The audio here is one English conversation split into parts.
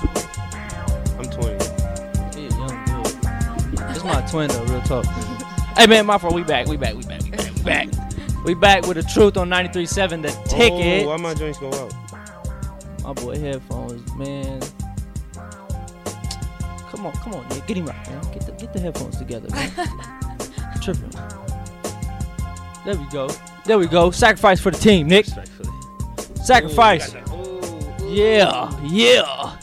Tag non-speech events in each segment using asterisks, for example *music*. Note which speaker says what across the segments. Speaker 1: I'm 20.
Speaker 2: He a young dude. It's my twin though, real talk. hey man, my fault. We back. We back. We back. We back. We back. We back with the truth on 93.7 The ticket.
Speaker 1: Oh, why my joints go out?
Speaker 2: My boy headphones, man. Come on, come on, man. Get him out, man. Get the, get the headphones together, man. Tripping. There we go. There we go. Sacrifice for the team, Nick.
Speaker 1: Respectfully.
Speaker 2: Sacrifice.
Speaker 1: Ooh, ooh, ooh.
Speaker 2: Yeah, yeah.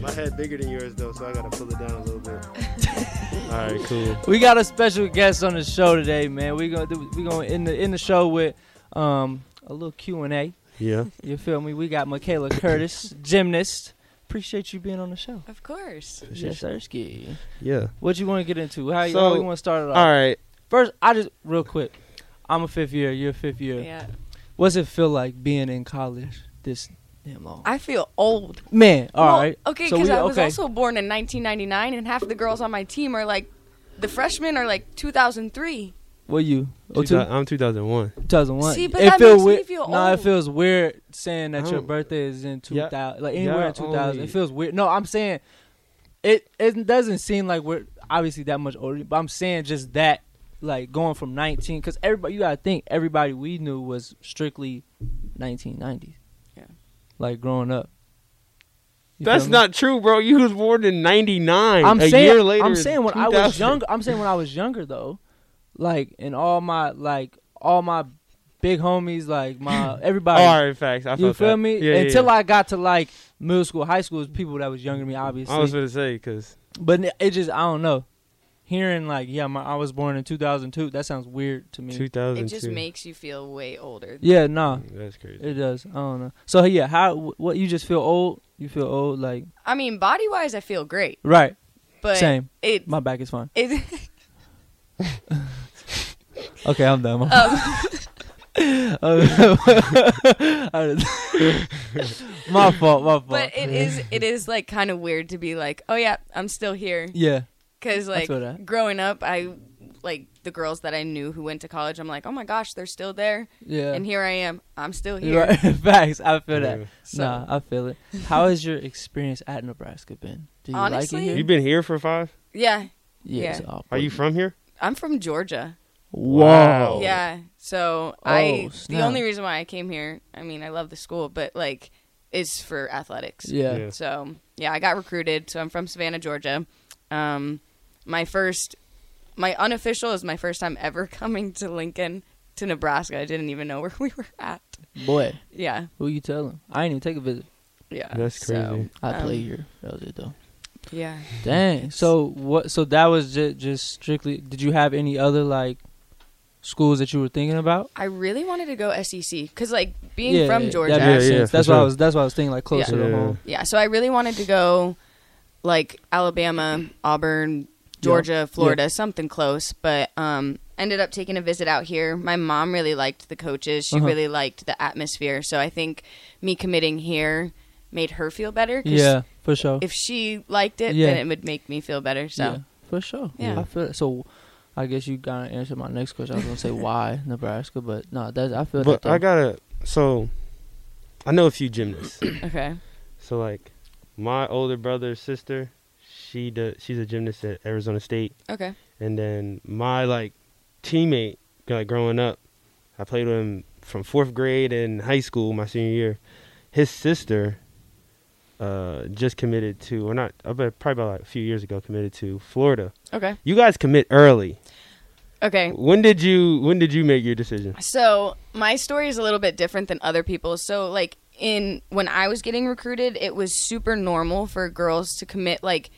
Speaker 1: My head bigger than yours though, so I gotta pull it down a little
Speaker 2: *laughs*
Speaker 1: bit. All right, cool.
Speaker 2: We got a special guest on the show today, man. We gonna do, we gonna end the end the show with um a little Q and A.
Speaker 1: Yeah.
Speaker 2: You feel me? We got Michaela Curtis, gymnast. Appreciate you being on the show.
Speaker 3: Of course.
Speaker 2: Yes, Ersky.
Speaker 1: Yeah.
Speaker 2: What you want to get into? How, you
Speaker 1: So,
Speaker 2: how you want to start it off?
Speaker 1: All right.
Speaker 2: First, I just real quick. I'm a fifth year. You're a fifth year.
Speaker 3: Yeah.
Speaker 2: What's it feel like being in college this damn long?
Speaker 3: I feel old.
Speaker 2: Man, all right.
Speaker 3: Well, Okay,
Speaker 2: So
Speaker 3: because
Speaker 2: we-
Speaker 3: I was
Speaker 2: okay.
Speaker 3: also born in 1999, and half the girls on my team are like, the freshmen are like 2003.
Speaker 2: What you? Oh,
Speaker 1: Two thou-
Speaker 2: two,
Speaker 1: I'm 2001.
Speaker 2: thousand one.
Speaker 3: See, but that makes me feel
Speaker 2: Nah, it
Speaker 3: old.
Speaker 2: feels weird saying that your
Speaker 1: Oh.
Speaker 2: birthday is in two
Speaker 1: Yeah.
Speaker 2: thousand, like anywhere
Speaker 1: Yeah,
Speaker 2: in two thousand.
Speaker 1: only-
Speaker 2: It feels weird. No, I'm saying it. It doesn't seem like we're obviously that much older, but I'm saying just that, like going from nineteen, because everybody you gotta think everybody we knew was strictly nineteen nineties.
Speaker 3: Yeah.
Speaker 2: Like growing up. You
Speaker 1: That's
Speaker 2: feel me?
Speaker 1: not true, bro. You was born in '99.
Speaker 2: I'm
Speaker 1: a
Speaker 2: saying,
Speaker 1: year later.
Speaker 2: I'm
Speaker 1: is
Speaker 2: saying when I was
Speaker 1: 2000.
Speaker 2: younger. I'm saying when I was younger though, like in all my like all my big homies,
Speaker 1: *laughs*
Speaker 2: like my everybody.
Speaker 1: All right, facts. I
Speaker 2: you
Speaker 1: felt
Speaker 2: feel
Speaker 1: that.
Speaker 2: me?
Speaker 1: Yeah, yeah,
Speaker 2: Until
Speaker 1: yeah.
Speaker 2: I got to like middle school, high school, is people that was younger than me, obviously.
Speaker 1: I was gonna say because
Speaker 2: but n- it just I don't know. Hearing like yeah, my, I was born in 2002. That sounds weird to me.
Speaker 1: 2002.
Speaker 3: It just makes you feel way older.
Speaker 2: Yeah, nah,
Speaker 1: That's crazy.
Speaker 2: it does. I don't know. So yeah, how wh- what you just feel old? You feel old like
Speaker 3: I mean, body wise, I feel great,
Speaker 2: right?
Speaker 3: but
Speaker 2: Same.
Speaker 3: it
Speaker 2: My back is fine.
Speaker 3: it *laughs*
Speaker 2: Okay, I'm *laughs* done.
Speaker 3: um,
Speaker 2: *laughs* I just- *laughs* my fault, my fault.
Speaker 3: but
Speaker 2: *laughs*
Speaker 3: it is it is like kind of weird to be like, oh yeah, I'm still here,
Speaker 2: yeah,
Speaker 3: because
Speaker 2: I
Speaker 3: like
Speaker 2: feel that.
Speaker 3: growing up, I like the girls that I knew who went to college. I'm like, oh my gosh, they're still there,
Speaker 2: yeah.
Speaker 3: and here I am, I'm still
Speaker 2: You're
Speaker 3: here.
Speaker 2: right. *laughs* Facts. I feel that.
Speaker 1: Yeah.
Speaker 3: So-
Speaker 2: Nah, I feel it. How has your experience at Nebraska been? Do you
Speaker 3: Honestly,
Speaker 2: like it here?
Speaker 1: You been here for five?
Speaker 3: Yeah,
Speaker 2: yeah. it's
Speaker 3: yeah.
Speaker 2: awful.
Speaker 1: Are you from here?
Speaker 3: I'm from Georgia.
Speaker 1: Wow. Oh.
Speaker 3: Yeah. So
Speaker 2: Oh,
Speaker 3: I
Speaker 2: snap.
Speaker 3: the only reason why I came here, I mean, I love the school, but like is for athletics.
Speaker 2: Yeah.
Speaker 1: Yeah.
Speaker 3: So, yeah, I got recruited. So I'm from Savannah, Georgia. Um my first my unofficial is my first time ever *laughs* coming to Lincoln to Nebraska. I didn't even know where we were at.
Speaker 2: Boy,
Speaker 3: Yeah.
Speaker 2: who you telling? I didn't even take a visit.
Speaker 3: Yeah.
Speaker 1: That's
Speaker 3: So,
Speaker 1: crazy.
Speaker 2: I
Speaker 3: Um,
Speaker 2: played here. That was it though.
Speaker 3: yeah.
Speaker 2: Dang. So what? So that was just, just strictly. Did you have any other like schools that you were thinking about?
Speaker 3: I really wanted to go SEC cuz like being
Speaker 2: yeah,
Speaker 3: from Georgia.
Speaker 2: That makes
Speaker 1: Yeah, yeah,
Speaker 2: sense.
Speaker 1: for
Speaker 2: that's why I
Speaker 1: sure.
Speaker 2: was. That's why I was thinking like closer to
Speaker 1: Yeah.
Speaker 2: home.
Speaker 3: Yeah, so I really wanted to go like Alabama, Auburn, Georgia, Florida, something close, but um ended up taking a visit out here. My mom really liked the coaches. She
Speaker 2: Uh-huh.
Speaker 3: really liked the atmosphere. So I think me committing here made her feel better 'cause
Speaker 2: Yeah, for sure.
Speaker 3: if she liked it,
Speaker 2: Yeah.
Speaker 3: then it would make me feel better. So
Speaker 2: Yeah, for sure.
Speaker 3: Yeah.
Speaker 2: I feel that. So I guess you gotta answer my next question. I was gonna
Speaker 3: *laughs*
Speaker 2: say why Nebraska, but no, that's I feel
Speaker 1: But
Speaker 2: that. though.
Speaker 1: I gotta. So, I know a few gymnasts.
Speaker 3: okay.
Speaker 1: So like, my older brother's sister, she does. She's a gymnast at Arizona State.
Speaker 3: *clears throat* Okay.
Speaker 1: And then my like teammate, like growing up, I played with him from fourth grade in high school, my senior year. His sister uh, just committed to, or not, I bet probably about like a few years ago, committed to Florida.
Speaker 3: Okay.
Speaker 1: You guys commit early.
Speaker 3: Okay.
Speaker 1: When did you? When did you make your decision?
Speaker 3: So my story is a little bit different than other people's. So like in when I was getting recruited, it was super normal for girls to commit like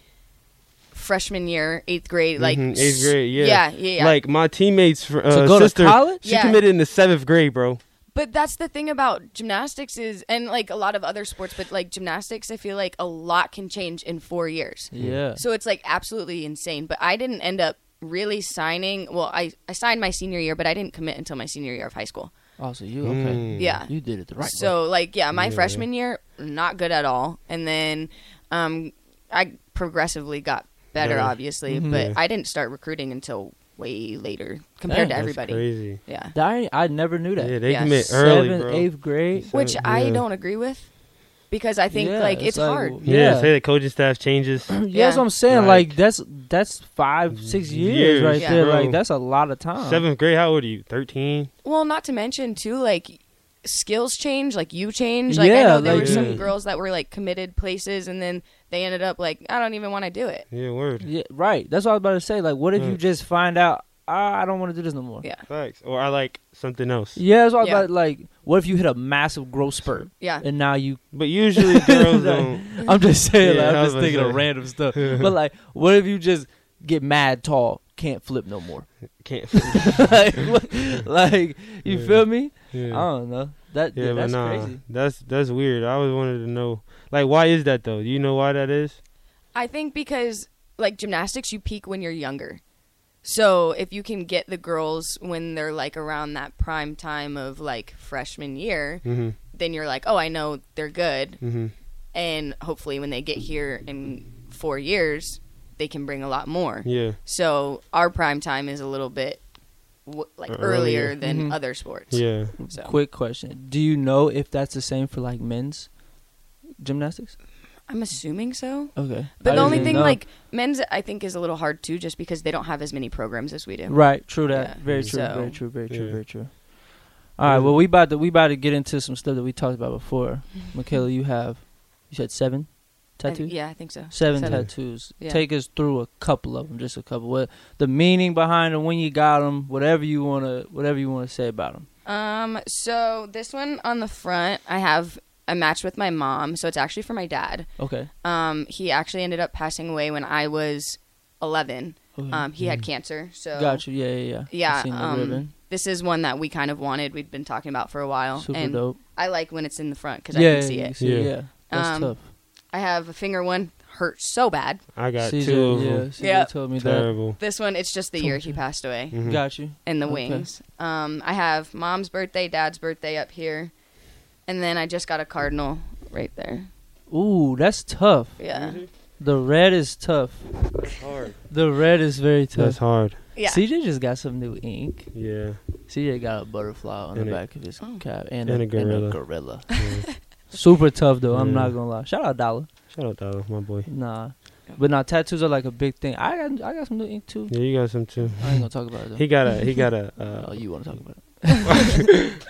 Speaker 3: freshman year, eighth grade, like
Speaker 1: Mhm, eighth grade, yeah.
Speaker 3: yeah, yeah, yeah.
Speaker 1: Like my teammates, fr- uh,
Speaker 2: go to
Speaker 1: sister,
Speaker 2: college?
Speaker 1: she
Speaker 3: Yeah.
Speaker 1: committed in the seventh grade, bro.
Speaker 3: But that's the thing about gymnastics is, and like a lot of other sports, but like gymnastics, I feel like a lot can change in four years.
Speaker 2: yeah.
Speaker 3: So it's like absolutely insane. But I didn't end up really signing. Well, I, I signed my senior year, but I didn't commit until my senior year of high school.
Speaker 2: Oh, so you okay?
Speaker 1: Mm.
Speaker 3: Yeah.
Speaker 2: You did it the right. way.
Speaker 3: So like yeah, my
Speaker 1: Yeah.
Speaker 3: freshman year not good at all, and then um, I progressively got better,
Speaker 1: Better. Mm-hmm.
Speaker 3: obviously,
Speaker 2: Mhm.
Speaker 3: but
Speaker 1: Yeah.
Speaker 3: I didn't start recruiting until way later compared to
Speaker 2: Dang.
Speaker 1: That's
Speaker 3: everybody.
Speaker 1: crazy.
Speaker 3: Yeah.
Speaker 2: I, I never knew that.
Speaker 1: Yeah, they
Speaker 3: Yeah.
Speaker 1: commit early,
Speaker 2: Seventh,
Speaker 1: bro.
Speaker 2: eighth grade.
Speaker 1: So,
Speaker 3: Which I
Speaker 1: yeah.
Speaker 3: don't agree with because I think
Speaker 2: Yeah,
Speaker 3: like it's, hard.
Speaker 2: well,
Speaker 1: Yeah, say the coaching staff changes.
Speaker 2: *clears throat* yeah,
Speaker 3: Yeah.
Speaker 2: that's what I'm saying. Like,
Speaker 1: Like-
Speaker 2: that's that's five, six years,
Speaker 1: Years,
Speaker 2: right
Speaker 3: Yeah.
Speaker 2: there.
Speaker 1: bro.
Speaker 2: Like that's a lot of time.
Speaker 1: Seventh grade, how old are you? Thirteen.
Speaker 3: Well, not to mention too, like skills change, like you change. Like I
Speaker 2: Yeah,
Speaker 3: know there
Speaker 2: like,
Speaker 3: were some
Speaker 1: yeah.
Speaker 3: girls that were like committed places, and then they ended up like I don't even want to do it.
Speaker 1: Yeah, word.
Speaker 2: Yeah, right. That's what I was about to say. Like, what if you
Speaker 1: Mm.
Speaker 2: just find out ah, I don't want to do this no
Speaker 1: Oh.
Speaker 2: more?
Speaker 3: Yeah.
Speaker 1: Facts. Or I like something else.
Speaker 2: Yeah, that's what I
Speaker 3: Yeah.
Speaker 2: was about. Like, what if you hit a massive growth spurt
Speaker 3: Yeah,
Speaker 2: and now you?
Speaker 1: But usually girls don't.
Speaker 2: *laughs* I'm just saying.
Speaker 1: Yeah,
Speaker 2: like,
Speaker 1: I
Speaker 2: I'm
Speaker 1: was
Speaker 2: just
Speaker 1: about to
Speaker 2: thinking of
Speaker 1: say. *laughs*
Speaker 2: random stuff. but like, what if you just get mad tall, can't flip no more? *laughs*
Speaker 1: Can't.
Speaker 2: like, what- like, you
Speaker 1: Yeah.
Speaker 2: feel me? I
Speaker 1: Yeah.
Speaker 2: don't know. That
Speaker 1: Yeah,
Speaker 2: yeah,
Speaker 1: but
Speaker 2: that's
Speaker 1: nah,
Speaker 2: crazy.
Speaker 1: that's that's weird. I always wanted to know, like, why is that though? Do you know why that is?
Speaker 3: I think because like gymnastics, you peak when you're younger. So if you can get the girls when they're like around that prime time of like freshman year,
Speaker 1: Mm-hmm.
Speaker 3: then you're like, oh, I know they're good,
Speaker 1: Mm-hmm.
Speaker 3: and hopefully when they get here in four years, they can bring a lot more.
Speaker 1: Yeah.
Speaker 3: So our prime time is a little bit w- like
Speaker 1: Earlier.
Speaker 3: earlier than
Speaker 2: Mhm.
Speaker 3: other sports.
Speaker 1: Yeah.
Speaker 3: So
Speaker 2: Quick question: Do you know if that's the same for like men's gymnastics?
Speaker 3: I'm assuming so.
Speaker 2: Okay, I
Speaker 3: But the
Speaker 2: didn't
Speaker 3: only
Speaker 2: even
Speaker 3: thing,
Speaker 2: know.
Speaker 3: like men's, I think is a little hard too, just because they don't have as many programs as we do.
Speaker 2: Right, true that.
Speaker 3: Yeah.
Speaker 2: Very true.
Speaker 3: So-
Speaker 2: very true. Very true.
Speaker 1: Yeah.
Speaker 2: Very true. All right.
Speaker 1: Yeah.
Speaker 2: Well, we about to we about to get into some stuff that we talked about
Speaker 3: *laughs*
Speaker 2: before. Michaela, you have you said seven
Speaker 3: I-
Speaker 2: tattoos.
Speaker 3: Uh, yeah, I think so.
Speaker 2: Seven,
Speaker 1: Seven.
Speaker 2: tattoos.
Speaker 3: Yeah.
Speaker 2: Take us through a couple of them, just a couple. What the meaning behind them, when you got them, whatever you wanna, whatever you wanna say about them.
Speaker 3: Um, so this one on the front, I have a match with my mom, so it's actually for my dad.
Speaker 2: Okay.
Speaker 3: Um, he actually ended up passing away when I was 11.
Speaker 2: okay.
Speaker 3: Um, he had cancer, so
Speaker 2: Got you. Yeah, yeah, yeah. I
Speaker 3: Yeah,
Speaker 2: Mm-hmm. seen the
Speaker 3: um,
Speaker 2: ribbon.
Speaker 3: this is one that we kind of wanted. We'd been talking about for a while,
Speaker 2: Super
Speaker 3: and
Speaker 2: dope.
Speaker 3: I like when it's in the front because
Speaker 2: yeah,
Speaker 3: I can see
Speaker 2: yeah, you
Speaker 3: it.
Speaker 2: see it,
Speaker 1: Yeah.
Speaker 2: yeah. That's
Speaker 3: Um,
Speaker 2: tough.
Speaker 3: I have a finger one hurt so bad.
Speaker 1: I got
Speaker 2: CJ,
Speaker 1: two of
Speaker 2: yeah,
Speaker 1: them.
Speaker 2: CJ
Speaker 3: Yep.
Speaker 2: told me that.
Speaker 1: Terrible.
Speaker 3: This one, it's just the year he passed away
Speaker 1: Mhm.
Speaker 2: Got you.
Speaker 3: and the
Speaker 2: Okay.
Speaker 3: wings. Um, I have mom's birthday, dad's birthday up here, and then I just got a cardinal right there.
Speaker 2: Ooh, that's tough.
Speaker 3: Yeah,
Speaker 2: The red is tough.
Speaker 1: That's hard.
Speaker 2: The red is very tough.
Speaker 1: That's hard.
Speaker 3: yeah.
Speaker 2: CJ just got some new ink.
Speaker 1: Yeah.
Speaker 2: CJ got a butterfly on
Speaker 1: And
Speaker 2: the
Speaker 1: a-
Speaker 2: back of his
Speaker 3: Oh.
Speaker 2: cap
Speaker 1: and
Speaker 2: and, a,
Speaker 1: a
Speaker 2: And
Speaker 1: gorilla.
Speaker 2: a gorilla. *laughs*
Speaker 1: yeah. *laughs*
Speaker 2: Super tough though. I'm
Speaker 1: Yeah.
Speaker 2: not gonna lie. Shout out Dollar.
Speaker 1: Shout out Dollar, my boy.
Speaker 2: Nah, but now tattoos are like a big thing. I got I got some new ink too.
Speaker 1: Yeah, you got some too.
Speaker 2: I ain't gonna talk about it though.
Speaker 1: He got a. He got a.
Speaker 2: oh,
Speaker 1: Uh,
Speaker 2: you want to talk about it?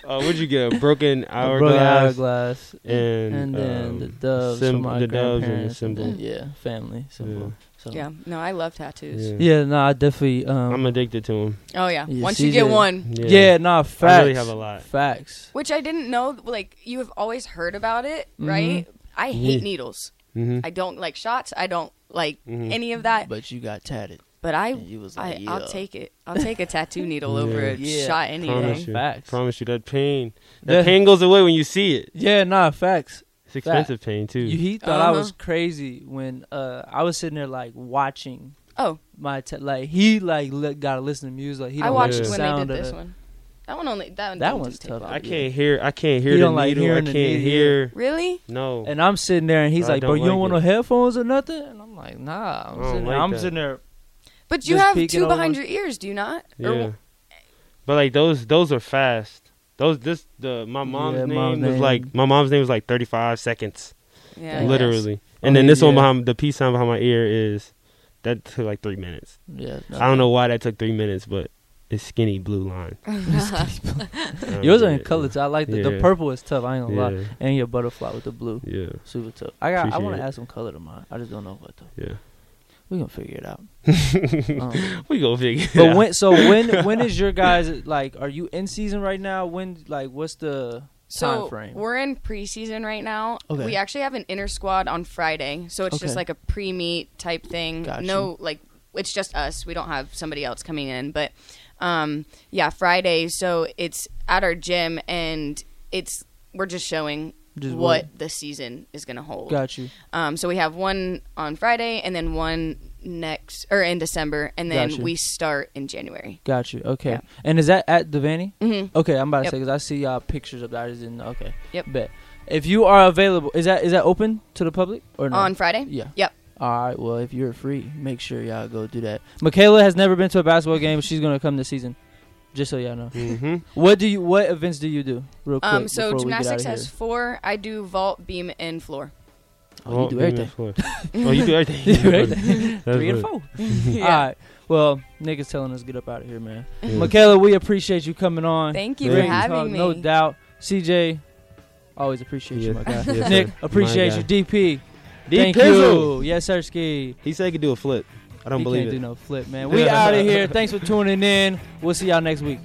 Speaker 1: uh, what'd you get? A broken
Speaker 2: A broken
Speaker 1: uh, hourglass.
Speaker 2: hourglass,
Speaker 1: And,
Speaker 2: and then the
Speaker 1: um,
Speaker 2: doves,
Speaker 1: symb-
Speaker 2: from my
Speaker 1: the doves and the
Speaker 2: grandparents,
Speaker 1: symbol.
Speaker 2: then- yeah, family symbol.
Speaker 1: Yeah.
Speaker 2: So.
Speaker 3: Yeah, no, I love tattoos.
Speaker 1: Yeah.
Speaker 2: yeah, nah, I definitely. Um,
Speaker 1: I'm addicted to him.
Speaker 3: Oh yeah,
Speaker 2: Yeah,
Speaker 3: once you get
Speaker 2: CJ.
Speaker 3: one,
Speaker 2: yeah.
Speaker 1: Yeah.
Speaker 2: nah, facts.
Speaker 1: I really have a lot.
Speaker 2: Facts.
Speaker 3: which I didn't know, like you have always heard about it,
Speaker 2: Mm-hmm.
Speaker 3: right? I hate
Speaker 1: Yeah.
Speaker 3: needles.
Speaker 1: Mm-hmm.
Speaker 3: I don't like shots. I don't like
Speaker 1: Mhm.
Speaker 3: any of that.
Speaker 2: Mm-hmm. But you got tatted.
Speaker 3: But I,
Speaker 2: and you was
Speaker 3: I
Speaker 2: like, yeah.
Speaker 3: I'll take it. I'll take a tattoo needle over a
Speaker 2: Yeah.
Speaker 3: shot
Speaker 1: Promise
Speaker 3: anyway.
Speaker 1: you.
Speaker 2: Facts.
Speaker 1: Promise you that pain.
Speaker 2: Yeah.
Speaker 1: That pain goes away when you see it.
Speaker 2: Yeah, nah, facts.
Speaker 1: It's expensive pain too.
Speaker 2: You, he thought I was
Speaker 3: Uh-huh.
Speaker 2: crazy when uh, I was sitting there like watching
Speaker 3: Oh,
Speaker 2: my t- like he like li- gotta listen to music. Like, he
Speaker 3: I
Speaker 2: don't
Speaker 3: watched
Speaker 1: like the
Speaker 2: like
Speaker 3: when they
Speaker 2: sound
Speaker 3: did
Speaker 2: of
Speaker 3: this
Speaker 2: it.
Speaker 3: one. That one only. That one.
Speaker 2: That
Speaker 3: didn't
Speaker 2: one's
Speaker 3: take
Speaker 2: tough.
Speaker 3: long.
Speaker 1: I can't hear. I can't hear
Speaker 2: You
Speaker 1: the
Speaker 2: don't like
Speaker 1: needle. I
Speaker 2: hearing the
Speaker 1: can't
Speaker 2: needle, yeah.
Speaker 1: hear.
Speaker 3: Really?
Speaker 1: No.
Speaker 2: And I'm sitting there, and he's
Speaker 1: I
Speaker 2: like, "Bro,
Speaker 1: don't
Speaker 2: you don't
Speaker 1: like
Speaker 2: want no
Speaker 1: it.
Speaker 2: headphones or nothing?" And I'm like, "Nah."
Speaker 1: I
Speaker 2: I'm,
Speaker 1: don't
Speaker 2: sitting, there.
Speaker 1: like
Speaker 2: I'm
Speaker 1: that.
Speaker 2: sitting there.
Speaker 3: But you
Speaker 2: Just
Speaker 3: have
Speaker 2: peeking
Speaker 3: two behind
Speaker 2: over.
Speaker 3: your ears, do you not? Or
Speaker 1: yeah. But like those, those are fast. Those, this, the my mom's
Speaker 2: Yeah,
Speaker 1: name
Speaker 2: mom's
Speaker 1: was
Speaker 2: name.
Speaker 1: like my mom's name was like 35 seconds,
Speaker 3: wh- yeah, I guess.
Speaker 1: literally.
Speaker 2: Oh,
Speaker 1: And then
Speaker 2: yeah,
Speaker 1: this one
Speaker 2: yeah.
Speaker 1: behind the peace sign behind my ear is that took like three minutes.
Speaker 2: Yeah.
Speaker 1: I don't know why that took three minutes, but it's skinny blue line. Um,
Speaker 2: *laughs* Yours are
Speaker 1: yeah,
Speaker 2: in colors. I like the the
Speaker 1: Yeah.
Speaker 2: purple is tough. I ain't gonna lie.
Speaker 1: Yeah.
Speaker 2: And your butterfly with the blue,
Speaker 1: Yeah,
Speaker 2: super tough. I got. I
Speaker 1: Appreciate
Speaker 2: want to
Speaker 1: it.
Speaker 2: add some color to mine. I just don't know what though.
Speaker 1: yeah.
Speaker 2: We gonna figure it out.
Speaker 1: *laughs*
Speaker 2: Um,
Speaker 1: We go figure. it
Speaker 2: but
Speaker 1: out.
Speaker 2: when? So when? When is your guys like? Are you in season right now? When? Like, what's the
Speaker 3: so
Speaker 2: time frame?
Speaker 3: we're in preseason right now.
Speaker 2: Okay.
Speaker 3: We actually have an inner squad on Friday, so it's
Speaker 2: Okay.
Speaker 3: just like a pre-meet type thing.
Speaker 2: Gotcha.
Speaker 3: No, like it's just us. We don't have somebody else coming in, but um, yeah, Friday. So it's at our gym, and it's we're just showing
Speaker 2: Just
Speaker 3: what,
Speaker 2: what-
Speaker 3: the season is going to hold.
Speaker 2: Got you.
Speaker 3: Um, so we have one on Friday, and then one next or in December, and then
Speaker 2: Gotcha.
Speaker 3: we start in January.
Speaker 2: Got you. Okay.
Speaker 3: Yeah.
Speaker 2: And is that at the Vanny?
Speaker 3: hmm
Speaker 2: Okay, I'm about to
Speaker 3: Yep.
Speaker 2: say because I see y'all pictures of that. I just didn't. Okay.
Speaker 3: Yep.
Speaker 2: Bet. If you are available, is that is that open to the public or no?
Speaker 3: On Friday.
Speaker 2: Yeah.
Speaker 3: Yep.
Speaker 2: All right. Well, if you're free, make sure y'all go do that. Michaela has never been to a basketball game. She's gonna come this season. Just so y'all know.
Speaker 1: *laughs* Mm-hmm.
Speaker 2: What do you? What events do you do? Real quick.
Speaker 3: Um, so
Speaker 2: before we get
Speaker 3: gymnastics
Speaker 2: outta
Speaker 3: has four. I do vault, beam, and
Speaker 2: *laughs*
Speaker 3: floor.
Speaker 2: here? Oh, you do everything.
Speaker 1: Oh,
Speaker 2: *laughs*
Speaker 1: you do everything.
Speaker 2: You do everything.
Speaker 1: *laughs* That's
Speaker 2: Three and
Speaker 1: lit.
Speaker 2: four. All
Speaker 3: *laughs* yeah.
Speaker 2: right. Well, niggas telling us get up out of here, man.
Speaker 1: Yeah.
Speaker 2: Michaela, we appreciate you coming on.
Speaker 3: Thank you
Speaker 1: Great
Speaker 3: for
Speaker 2: Great
Speaker 3: having
Speaker 2: talk,
Speaker 3: me.
Speaker 2: No doubt. CJ, always appreciate you,
Speaker 1: Yeah.
Speaker 2: my guy.
Speaker 1: *laughs* Yes, sir.
Speaker 2: Nick, appreciate
Speaker 1: My
Speaker 2: you.
Speaker 1: guy.
Speaker 2: DP,
Speaker 1: D
Speaker 2: thank
Speaker 1: Pizzle.
Speaker 2: you. Yes, sir, Ski.
Speaker 1: He said he could do a flip. I don't
Speaker 2: he
Speaker 1: believe
Speaker 2: can't
Speaker 1: it. *laughs*
Speaker 2: do no flip, man. We out of here. Thanks for tuning in. We'll see y'all next week.